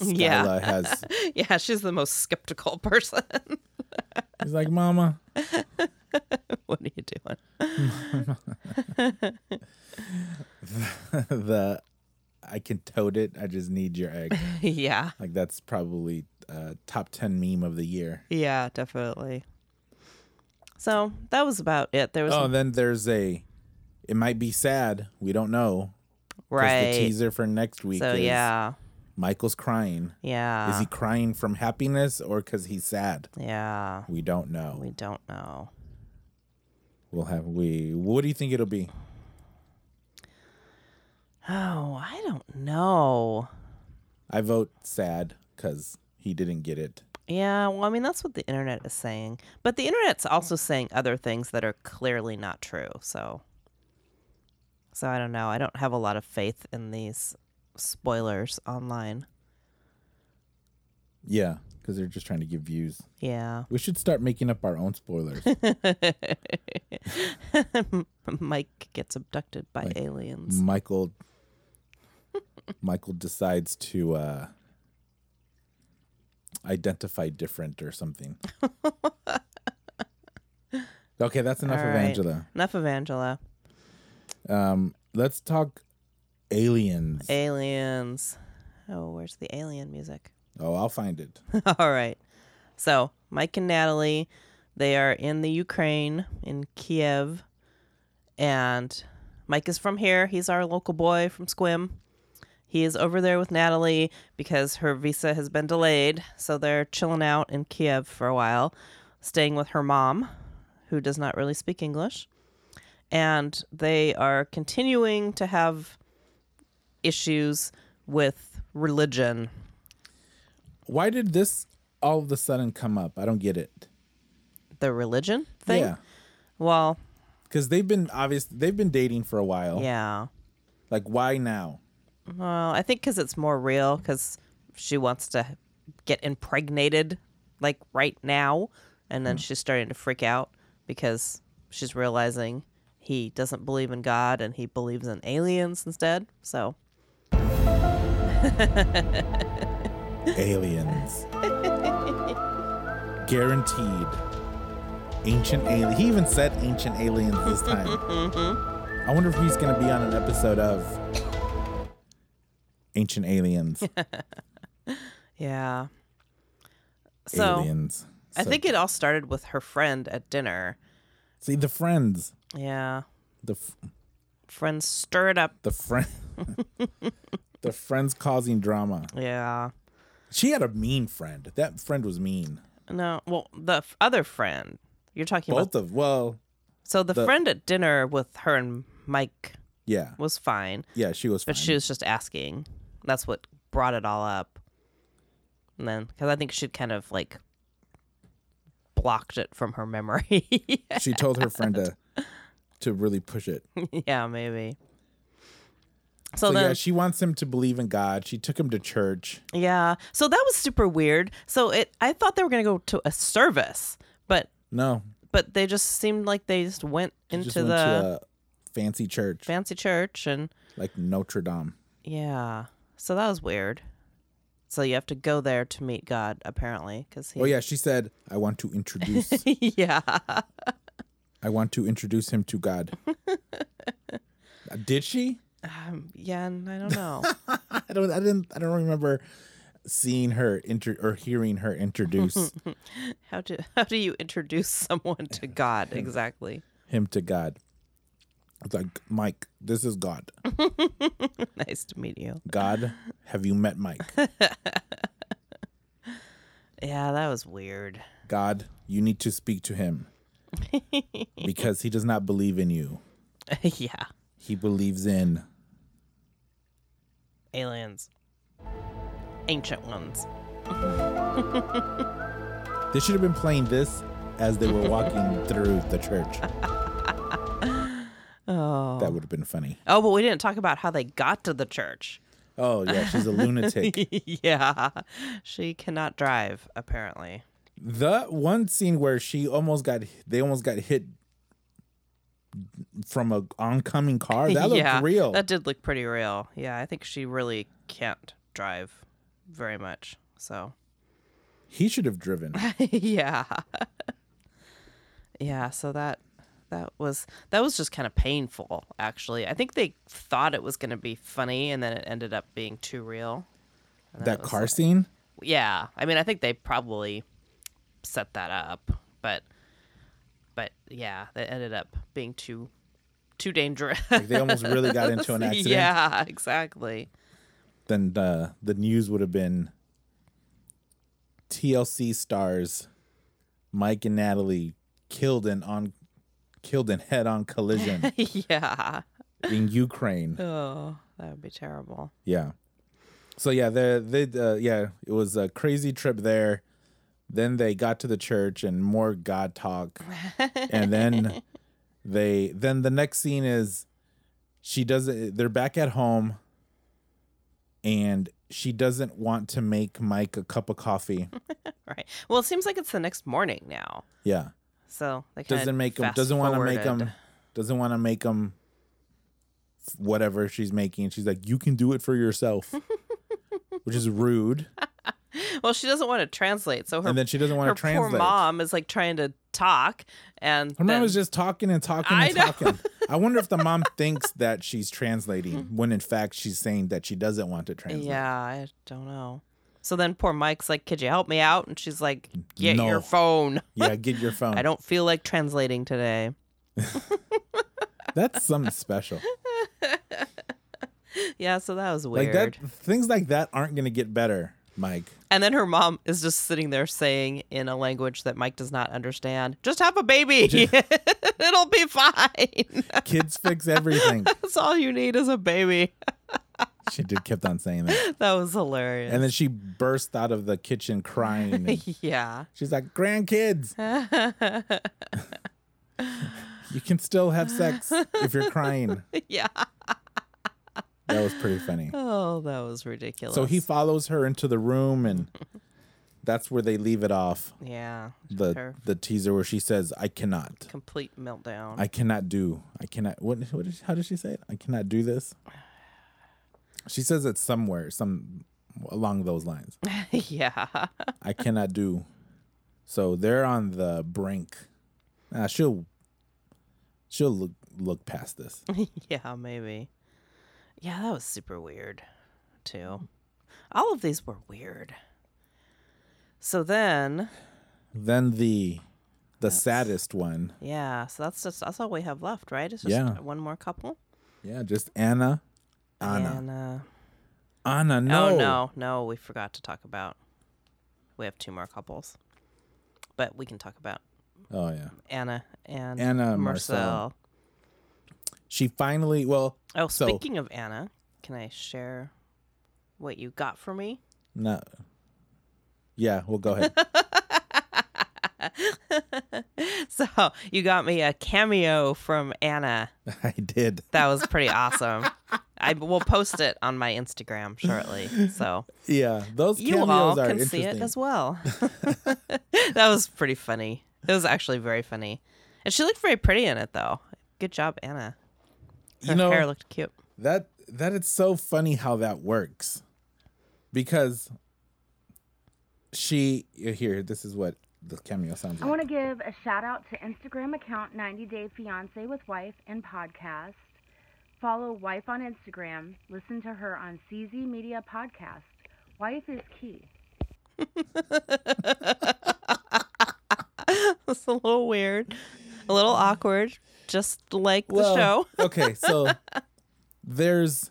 Skyla Yeah. has. yeah, she's the most skeptical person. He's like, Mama, what are you doing? the I can tote it. I just need your egg. yeah, Like that's probably uh, top ten meme of the year. yeah, definitely. So that was about it. There was Oh, and then there's a. It might be sad. We don't know. 'cause right. The teaser for next week. so is yeah, Uh. Michael's crying. yeah, Is he crying from happiness or because he's sad? yeah. We don't know. We don't know. We'll have we. What do you think it'll be? Oh, I don't know. I vote sad because he didn't get it. Yeah, well, I mean, that's what the internet is saying. But the internet's also saying other things that are clearly not true. So, so I don't know. I don't have a lot of faith in these spoilers online. Yeah, because they're just trying to give views. Yeah. We should start making up our own spoilers. Mike gets abducted by aliens. Michael. Michael decides to uh, identify different or something. okay, that's enough All of right. Angela. Enough of Angela. Let's talk aliens. Aliens. Oh, where's the alien music? oh, I'll find it. All right. So Mike and Natalie, they are in the Ukraine in Kiev, and Mike is from here. He's our local boy from Squim. He is over there with Natalie because her visa has been delayed, so they're chilling out in Kiev for a while, staying with her mom, who does not really speak English, and they are continuing to have issues with religion Why did this all of a sudden come up? I don't get it. the religion thing. Yeah, Well, because they've been obvious. They've been dating for a while. yeah. Like, why now? Well, I think because it's more real, because she wants to get impregnated, like right now. And Mm. then she's starting to freak out because she's realizing he doesn't believe in God and he believes in aliens instead. So, aliens. Guaranteed. Ancient alien. He even said ancient aliens this time. I wonder if he's going to be on an episode of Ancient Aliens. yeah. So, aliens. I So- think it all started with her friend at dinner. See the friends. Yeah. The f- Friends stir it up. the friend. the friends causing drama. Yeah. She had a mean friend. That friend was mean. No, well, the f- other friend. You're talking about Both of well, So the, The- friend at dinner with her and Mike yeah, was fine, yeah. She was. but fine. she was just asking. That's what brought it all up. And then, because I think she kind of like blocked it from her memory. She told her friend to to really push it. yeah, maybe. So, So, then, yeah, she wants him to believe in God. She took him to church. yeah. So that was super weird. So it, I thought they were gonna go to a service, but No, but they just seemed like they just went She into just the went to a fancy church fancy church and like Notre Dame. yeah. So that was weird. So you have to go there to meet God apparently, because he. Oh yeah, she said, "I want to introduce. yeah. I want to introduce him to God." Uh, Did she? Yeah, and I don't know. I don't. I didn't. I don't remember seeing her inter or hearing her introduce how do how do you introduce someone to God exactly? him to God. It's like Mike. This is God. nice to meet you. God, have you met Mike? Yeah, that was weird. God, you need to speak to him because he does not believe in you. yeah. He believes in Aliens. Ancient ones. They should have been playing this as they were walking through the church. That would have been funny. Oh, but we didn't talk about how they got to the church. Oh, yeah, she's a lunatic. yeah. She cannot drive, apparently. the one scene where she almost got they almost got hit from a oncoming car, that looked yeah, real. That did look pretty real. Yeah, I think she really can't drive very much. So he should have driven. yeah yeah so that that was that was just kind of painful actually i think they thought it was going to be funny and then it ended up being too real that car scene? yeah i mean i think they probably set that up but but yeah that ended up being too too dangerous They almost really got into an accident. yeah exactly Then the the news would have been TLC stars Mike and Natalie killed in on killed in head on collision. yeah in Ukraine. oh that would be terrible Yeah. So yeah, the they uh, yeah, it was a crazy trip there. Then they got to the church and more God talk, and then they then the next scene is she doesn't. They're back at home, and she doesn't want to make Mike a cup of coffee. right well it seems like it's the next morning now Yeah, So they kinda doesn't make him. Doesn't want to make him. fast-forwarded. Doesn't want to make him. Whatever she's making, she's like, you can do it for yourself, which is rude. Well, she doesn't want to translate, so her and then she doesn't want her to translate. poor mom is like trying to talk, and Her mom then- is just talking and talking I and know. talking. I wonder if the mom thinks that she's translating when in fact she's saying that she doesn't want to translate. yeah, I don't know. So then poor Mike's like, "Could you help me out?" And she's like, "Get No. your phone. Yeah, get your phone. I don't feel like translating today." That's something special. Yeah, so that was Like weird. that things like that aren't gonna get better, Mike. And then her mom is just sitting there saying in a language that Mike does not understand, "Just have a baby. It'll be fine. Kids fix everything. That's all you need is a baby." She did kept on saying that. That was hilarious. And then she burst out of the kitchen crying. and yeah. she's like, Grandkids. you can still have sex if you're crying. Yeah. That was pretty funny. Oh, that was ridiculous. So he follows her into the room, and that's where they leave it off yeah, the her the teaser where she says, "I cannot, complete meltdown. I cannot do, I cannot." What? What? Did, how did she say it? I cannot do this. She says it somewhere, some along those lines. yeah, I cannot do. So they're on the brink. Ah, she'll she'll look look past this. yeah, maybe. Yeah, that was super weird, too. All of these were weird. So then, then the the saddest one. yeah, so that's just that's all we have left, right? It's just Yeah. one more couple. Yeah, just Anna. Anna. And, uh, Anna, no. Oh no, no, we forgot to talk about. We have two more couples, but we can talk about Oh yeah. Anna and Anna and Marcel. She finally, well, Oh, So- speaking of Anna, can I share what you got for me? no. Yeah, well, go ahead. So you got me a cameo from Anna. I did. That was pretty awesome. I will post it on my Instagram shortly. So Yeah, those you cameos all are can interesting. see it as well. that was pretty funny. It was actually very funny. And she looked very pretty in it, though. Good job, Anna. Her You know, hair looked cute. that that is so funny how that works because she here this is what the cameo sounds I like want to give a shout out to Instagram account 90 Day Fiance with Wife and podcast. Follow Wife on Instagram. Listen to her on CZ Media Podcast. Wife is key. It's a little weird, a little awkward, just like Well, the show. okay so there's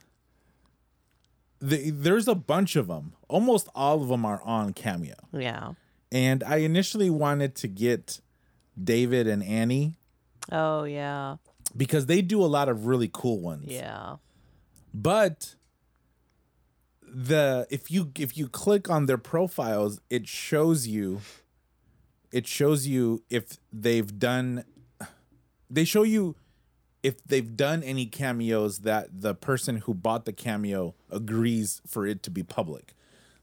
the, there's a bunch of them almost all of them are on cameo Yeah. and i initially wanted to get david and annie Oh, yeah. because they do a lot of really cool ones Yeah. but the if you if you click on their profiles it shows you it shows you if they've done they show you if they've done any cameos that the person who bought the cameo agrees for it to be public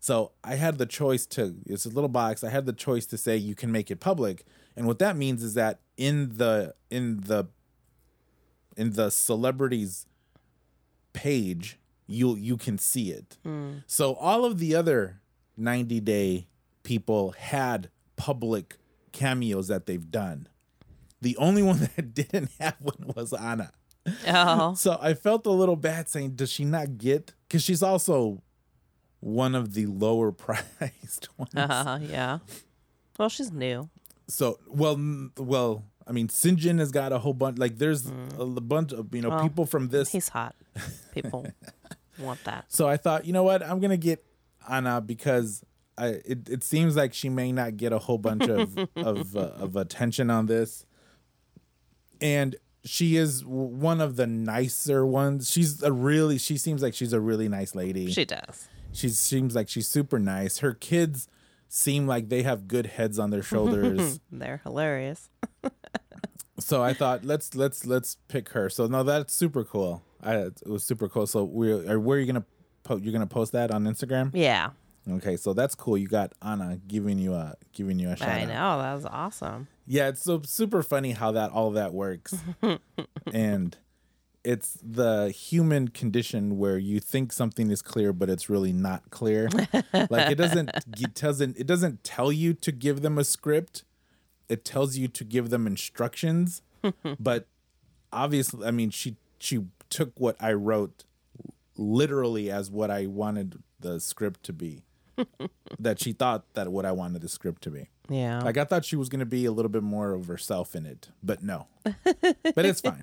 so i had the choice to it's a little box i had the choice to say you can make it public and what that means is that in the in the in the celebrities page, you you can see it. So all of the other 90 day people had public cameos that they've done. The only one that didn't have one was Anna. Oh, So I felt a little bad saying, does she not get? Because she's also one of the lower priced ones. uh, yeah. Well, she's new. So well, n- well, I mean, Sinjin has got a whole bunch. Like there's a l- bunch of you know Well, people from this He's hot. People want that. So I thought, you know what? I'm gonna get Anna because I it, it seems like she may not get a whole bunch of of uh, of attention on this, and she is w- one of the nicer ones. She's a really she seems like she's a really nice lady. She does. she seems like she's super nice. Her kids seem like they have good heads on their shoulders. They're hilarious. so I thought let's let's let's pick her. So no, that's super cool. I, it was super cool. So we're, where are you gonna po- you're gonna post that on Instagram? Yeah. Okay, so that's cool. You got Anna giving you a giving you a shout I out. know. That was awesome. Yeah, it's so super funny how that all that works, and it's the human condition where you think something is clear, but it's really not clear. like it doesn't it doesn't it doesn't tell you to give them a script. It tells you to give them instructions, but obviously, I mean, she she took what I wrote literally as what I wanted the script to be. that she thought that what I wanted the script to be. Yeah. Like I thought she was gonna be a little bit more of herself in it, but no. but it's fine.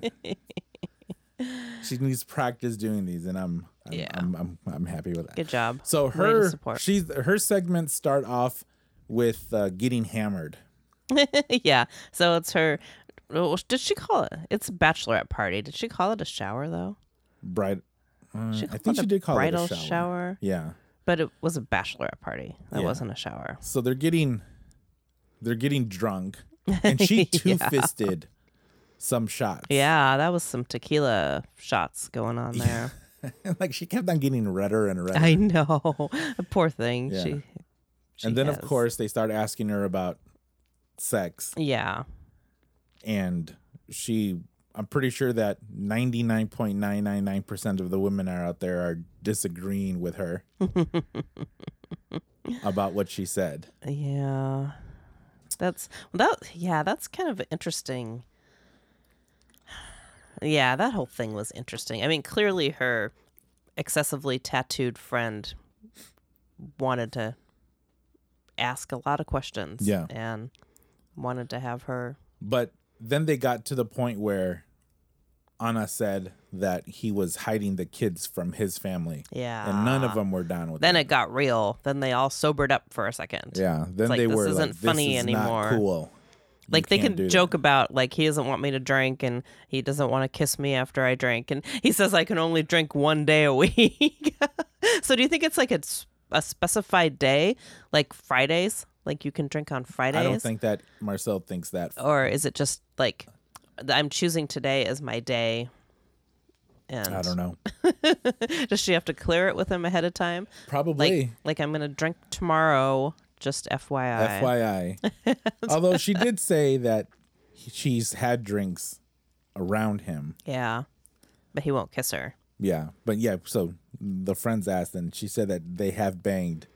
She needs practice doing these, and I'm I'm Yeah. I'm, I'm, I'm happy with that. Good job. So Way to her support. she's her segments start off with uh, getting hammered. yeah. So it's her. oh, Did she call it? It's a bachelorette party. Did she call it a shower though? Bright. uh, She I called think she a did call it bridal a shower. shower. Yeah. But it was a bachelorette party. That Yeah. wasn't a shower. So they're getting they're getting drunk, and she two fisted some shots. Yeah, that was some tequila shots going on there. like she kept on getting redder and redder. I know. Poor thing. Yeah. She, she and then of has- course they start asking her about sex Yeah. and she i'm pretty sure that 99.999% of the women are out there are disagreeing with her about what she said Yeah. That's that yeah, that's kind of interesting. Yeah, that whole thing was interesting. I mean, clearly her excessively tattooed friend wanted to ask a lot of questions Yeah. and wanted to have her but then they got to the point where anna said that he was hiding the kids from his family yeah. and none of them were down with Then that. it got real. Then they all sobered up for a second. yeah then like, they this were isn't like this funny is anymore. not cool You like they can't can do that." joke about like he doesn't want me to drink and he doesn't want to kiss me after I drink and he says I can only drink one day a week. so do you think it's like it's a specified day, like Fridays? Like you can drink on Fridays? I don't think that Marcel thinks that. or is it just like th- I'm choosing today as my day? And I don't know. Does she have to clear it with him ahead of time? Like, Probably. like I'm gonna drink tomorrow. Just FYI. FYI. Although she did say that he- she's had drinks around him. Yeah, but he won't kiss her. Yeah. But yeah, so the friends asked and she said that they have banged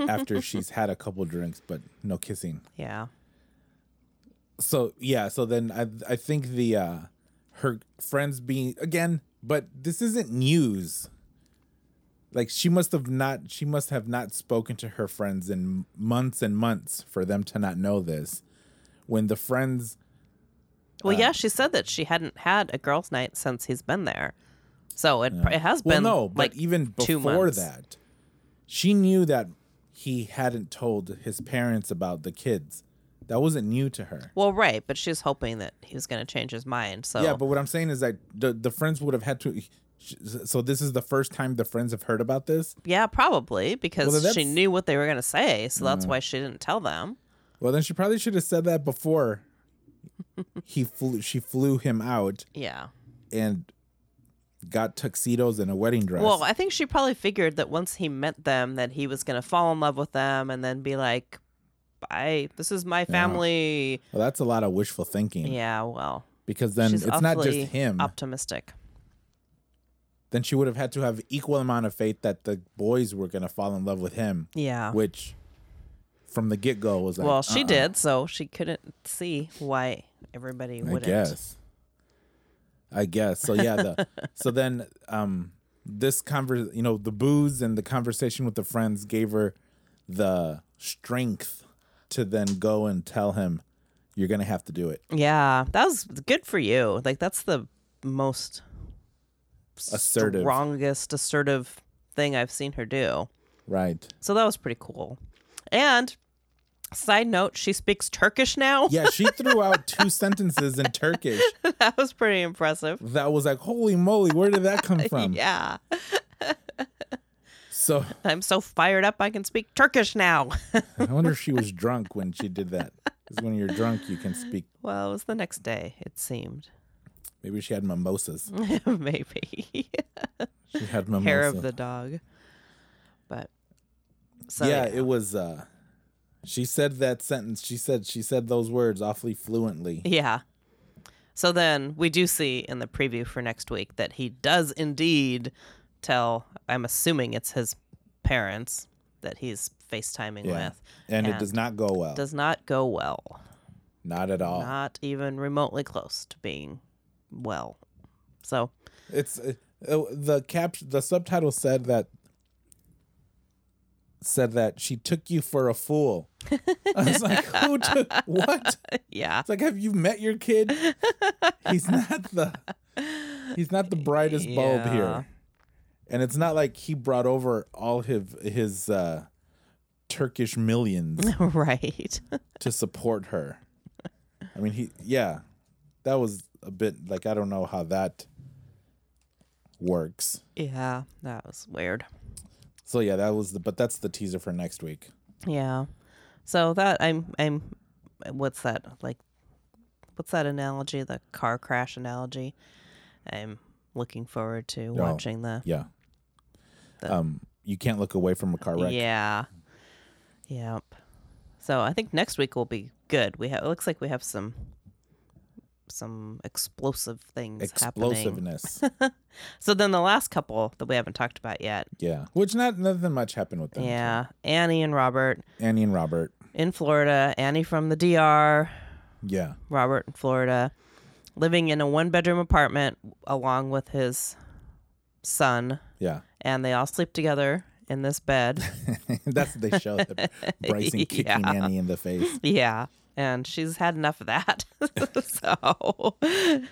after she's had a couple drinks, but no kissing. Yeah, So yeah, so then I I think the uh her friends being again, but this isn't news. Like she must have not she must have not spoken to her friends in months and months for them to not know this. When the friends Well, Uh, yeah, she said that she hadn't had a girls' night since he's been there, so it, pr it has Well, been no, but like even two before months. that, she knew that he hadn't told his parents about the kids. That wasn't new to her. Well, right, but she's hoping that he was going to change his mind. So Yeah, but what I'm saying is that the, the friends would have had to. So this is the first time the friends have heard about this. Yeah, probably because Well, then she that's- Mm. knew what they were going to say, so that's why she didn't tell them. Well, then she probably should have said that before he flew. She flew him out Yeah. and got tuxedos and a wedding dress. Well, I think she probably figured that once he met them, that he was going to fall in love with them and then be like, "I, this is my family." Well, that's a lot of wishful thinking. Yeah. well, Because then she's it's not just awfully him. Optimistic. then she would have had to have equal amount of faith that the boys were gonna fall in love with him, Yeah. which from the get go was like, well, she uh-uh, did, so she couldn't see why everybody I wouldn't. guess. I guess. So yeah. The, so then, um, this conver you know, the booze and the conversation with the friends gave her the strength to then go and tell him, "You're gonna have to do it." Yeah, that was good for you. Like that's the most Assertive. strongest assertive thing I've seen her do. Right. So that was pretty cool. And side note, she speaks Turkish now. Yeah. She threw out two sentences in Turkish. that was pretty impressive. That was like, "Holy moly! Where did that come from?" Yeah. So. I'm so fired up I can speak Turkish now. I wonder if she was drunk when she did that. Because when you're drunk, you can speak. well, it was the next day, it seemed. Maybe she had mimosas. Maybe. She had mimosas. Hair of the dog. But so yeah, yeah, it was. uh She said that sentence. She said she said those words awfully fluently. Yeah. So then we do see in the preview for next week that he does indeed tell, I'm assuming it's his parents that he's FaceTiming Yeah. with. And, it does not go well. does not go well. not at all. Not even remotely close to being well. So, It's uh, uh, the cap. The subtitle said that said that she took you for a fool. I was like, who took what? yeah. It's like, have you met your kid? He's not the he's not the brightest bulb Yeah. here, and it's not like he brought over all his his uh, Turkish millions right. to support her. I mean, he yeah, that was a bit like I don't know how that works. yeah. That was weird. So yeah, that was the but that's the teaser for next week. Yeah. So that I'm I'm what's that like what's that analogy, the car crash analogy? I'm looking forward to watching the Yeah, The- um, you can't look away from a car wreck. Yeah. Yep. So I think next week will be good. We have it looks like we have some some explosive things happening. Explosiveness. So then the last couple that we haven't talked about yet. yeah. Which not nothing much happened with them. Yeah. Annie and Robert Annie and Robert. in Florida. Annie from the DR. Yeah. Robert in Florida, living in a one bedroom apartment along with his son, Yeah. and they all sleep together in this bed. That's what they show the Bryson kicking Yeah. Annie in the face. yeah. And she's had enough of that. so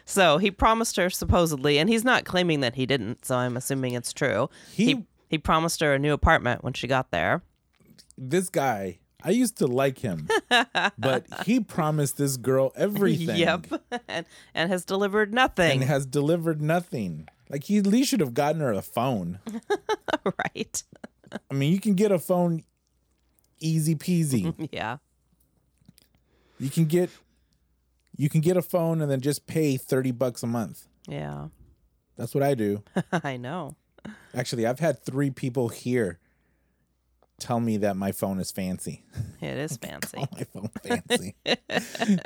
so he promised her supposedly, and he's not claiming that he didn't, so I'm assuming it's true. He- he, he promised her a new apartment when she got there. This guy, I used to like him, but he promised this girl everything. Yep. and and has delivered nothing. And has delivered nothing. Like he at least should have gotten her a phone. right. I mean, you can get a phone easy peasy. yeah. you can get you can get a phone and then just pay 30 bucks a month. Yeah. That's what I do. I know. Actually, I've had 3 people here tell me that my phone is fancy. It is fancy. my phone fancy.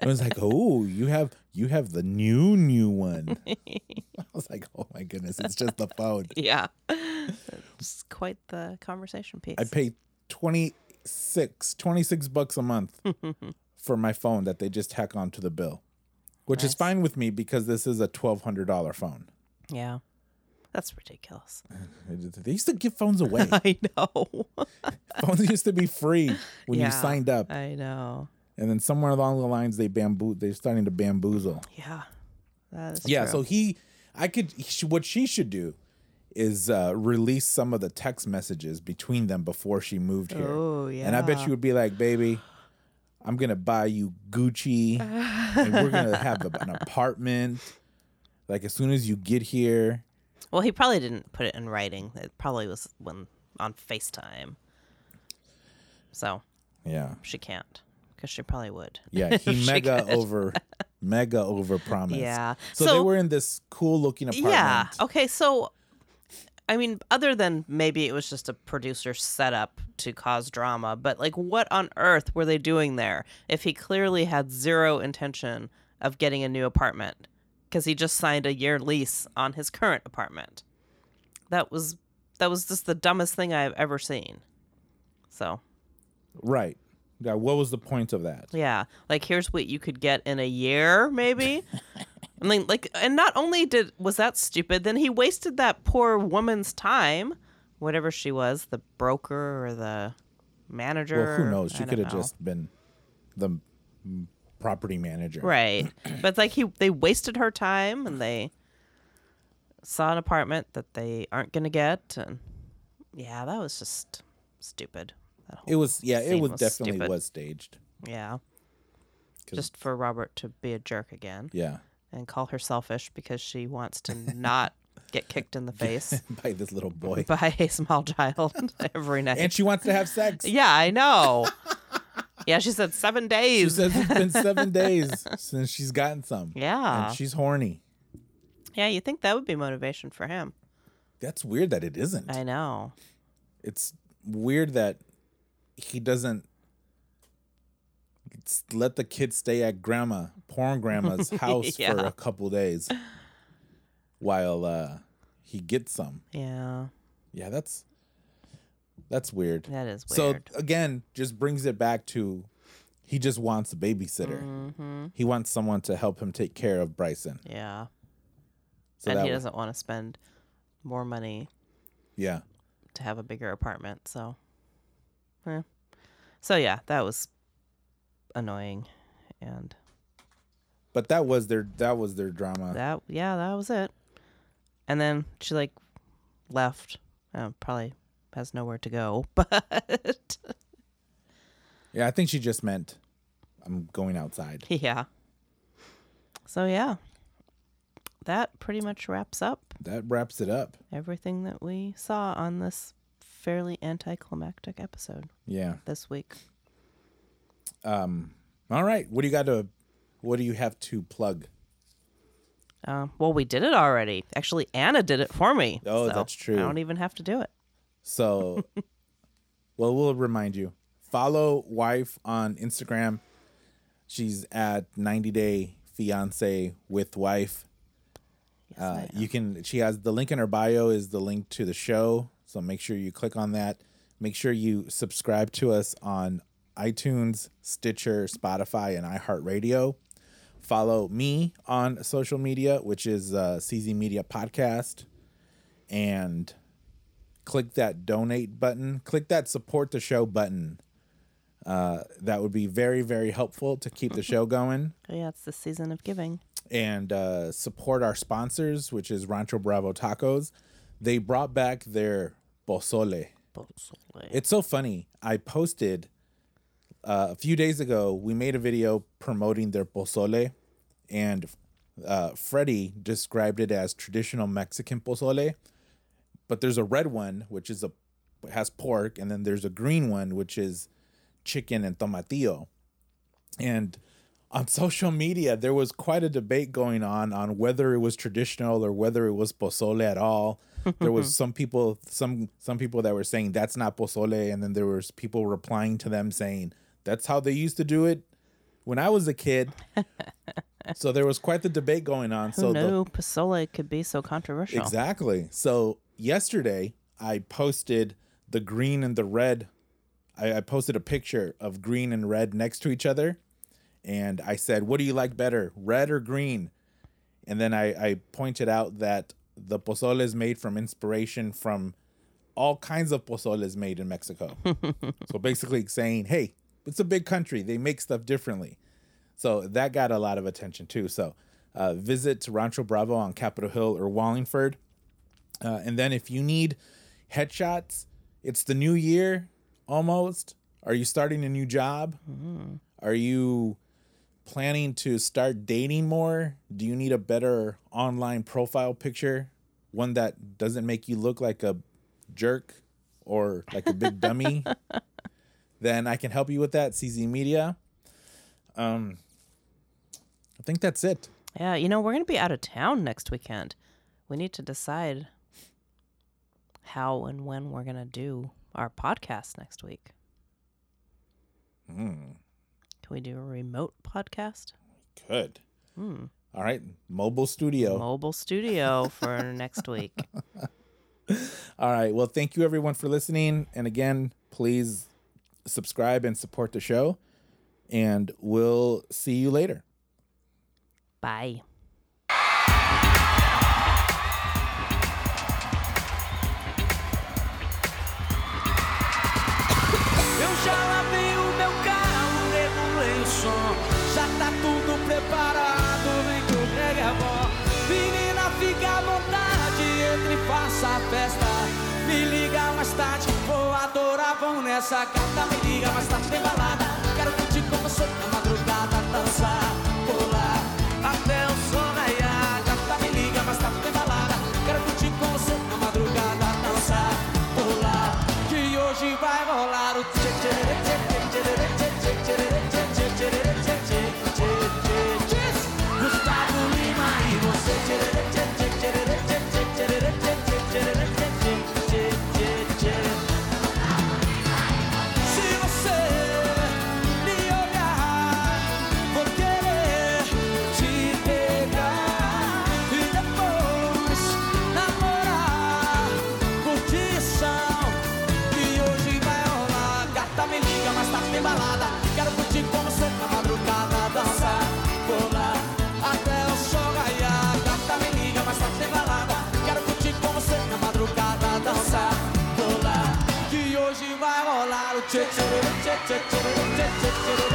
I was like, "Oh, you have you have the new new one." I was like, "Oh my goodness, it's just the phone." Yeah. It's quite the conversation piece. I pay 26 26 bucks a month for my phone that they just tack onto the bill. Which is fine with me because this is a $1200 phone. yeah. That's ridiculous. They used to give phones away. I know. phones used to be free when Yeah. Uh, you signed up. I know. And then somewhere along the lines they bamboo they're starting to bamboozle. Yeah. That is Yeah, true. so he, I could. sh- What she should do is uh, release some of the text messages between them before she moved here. Oh, And I bet yeah. you would be like, baby, I'm gonna buy you Gucci, and we're gonna have a- an apartment. Like as soon as you get here, Well, he probably didn't put it in writing. It probably was when on FaceTime. So yeah, she can't because she probably would. yeah, he She mega could. over, mega over promised. Oh Yeah. So, they So- were in this cool looking apartment. Yeah. Okay. So, I mean, other than maybe it was just a producer setup to cause drama, but like, what on earth were they doing there if he clearly had zero intention of getting a new apartment because he just signed a year lease on his current apartment? That was that was just the dumbest thing I've ever seen. So Right. Yeah. What was the point of that? yeah, like here's what you could get in a year, maybe. I mean, like, and not only did was that stupid, then he wasted that poor woman's time, whatever she was, the broker or the manager. Well, who knows? She I could don't have know. just been the m- property manager. right, but like he, they wasted her time, and they saw an apartment that they aren't gonna get, and yeah, that was just stupid. That whole It was yeah, it Scene was, was definitely stupid. was staged. yeah, 'Cause- just for Robert to be a jerk again. Yeah. and call her selfish because she wants to not get kicked in the face By this little boy. by a small child every night. And she wants to have sex. yeah, I know. yeah, she said seven She days. says it's been seven days since she's gotten some. Yeah. And she's horny. yeah, you think that would be motivation for him? That's weird that it isn't. I know. It's weird that he doesn't s- let the kid stay at grandma, porn grandma's house for Yeah. a couple days while uh he gets some. Yeah, Yeah, that's that's weird. that is So weird. again, just brings it back to he just wants a babysitter. Mm-hmm. He wants someone to help him take care of Bryson. yeah, So and that he was- doesn't want to spend more money yeah. to have a bigger apartment. So, yeah. so yeah, that was annoying, and But that was their that was their drama. that yeah that was it and then she like left uh, probably has nowhere to go but yeah, I think she just meant I'm going outside. yeah so yeah that pretty much wraps up That wraps it up. everything that we saw on this fairly anticlimactic episode Yeah. this week All right. What do you got to what do you have to plug? uh, well we did it already actually anna did it for me Oh, so that's true. i don't even have to do it So, well, we'll remind you. Follow wife on Instagram. She's at 90 Day Fiance with Wife. Uh, you can. She has the link in her bio is the link to the show. So make sure you click on that. Make sure you subscribe to us on iTunes, Stitcher, Spotify, and iHeartRadio. Follow me on social media, which is uh, CZ Media Podcast, and click that donate button, click that support the show button. Uh, that would be very, very helpful to keep the show going yeah it's the season of giving and uh, support our sponsors, which is Rancho Bravo Tacos. They brought back their pozole. It's so funny. I posted uh, a few days ago, we made a video promoting their pozole, and uh, Freddie described it as traditional Mexican pozole. But there's a red one, which is a has pork, and then there's a green one which is chicken and tomatillo. And on social media, there was quite a debate going on on whether it was traditional or whether it was pozole at all. there was some people, some some people that were saying that's not pozole, and then there was people replying to them saying that's how they used to do it when I was a kid. so there was quite the debate going on. Who so the knew Pasole could be so controversial? Exactly. So yesterday I posted the green and the red. I, I posted a picture of green and red next to each other. And I said, What do you like better, red or green? And then I, I pointed out that the pozole is made from inspiration from all kinds of pozoles made in Mexico. so basically saying, Hey, it's a big country. They make stuff differently. So that got a lot of attention too. So uh, visit Rancho Bravo on Capitol Hill or Wallingford. Uh, and then if you need headshots, it's the new year almost. Are you starting a new job? Are you planning to start dating more? Do you need a better online profile picture? One that doesn't make you look like a jerk or like a big dummy? Then I can help you with that, CZ Media. Um, I think that's it. Yeah, you know, we're going to be out of town next weekend. We need to decide how and when we're going to do our podcast next week. Can we do a remote podcast? Good. All right, mobile studio. Mobile studio for next week. All right. Well, thank you everyone for listening. And again, please subscribe and support the show. And we'll see you later. Bye. Eu já lavei o meu carro, regulei o som. Já tá tudo preparado, vem que o reggae é bom. Menina, fica à vontade, entre e faça a festa. Me liga mais tarde, vou adorar, vão nessa carta. Me liga mais tarde, tem balada. Quero curtir com você na madrugada, dançar, pular. Até o sol raiar, Gata, me liga mais tarde, tem balada. Quero curtir com você na madrugada, dançar, pular. Que hoje vai rolar o tchê tchê tchê tchê tchê tchê tchê tchê tchê tchê tchê tchê tchê tchê Gustavo Lima e você tchê tchê tchê tchê tchê tchê tchê tchê tchê tchê tchê tchê se você me olhar, vou querer te pegar e depois namorar. Curtição que hoje vai rolar. Gata me liga, mas tá bem balada. Quero curtir com você na madrugada, dançar, pular até o sol raiar. Gata me liga, mas tá bem balada. Quero curtir com você na madrugada, dançar, pular que hoje vai rolar o tchê tchê tchê tchê tchê tchê tchê tchê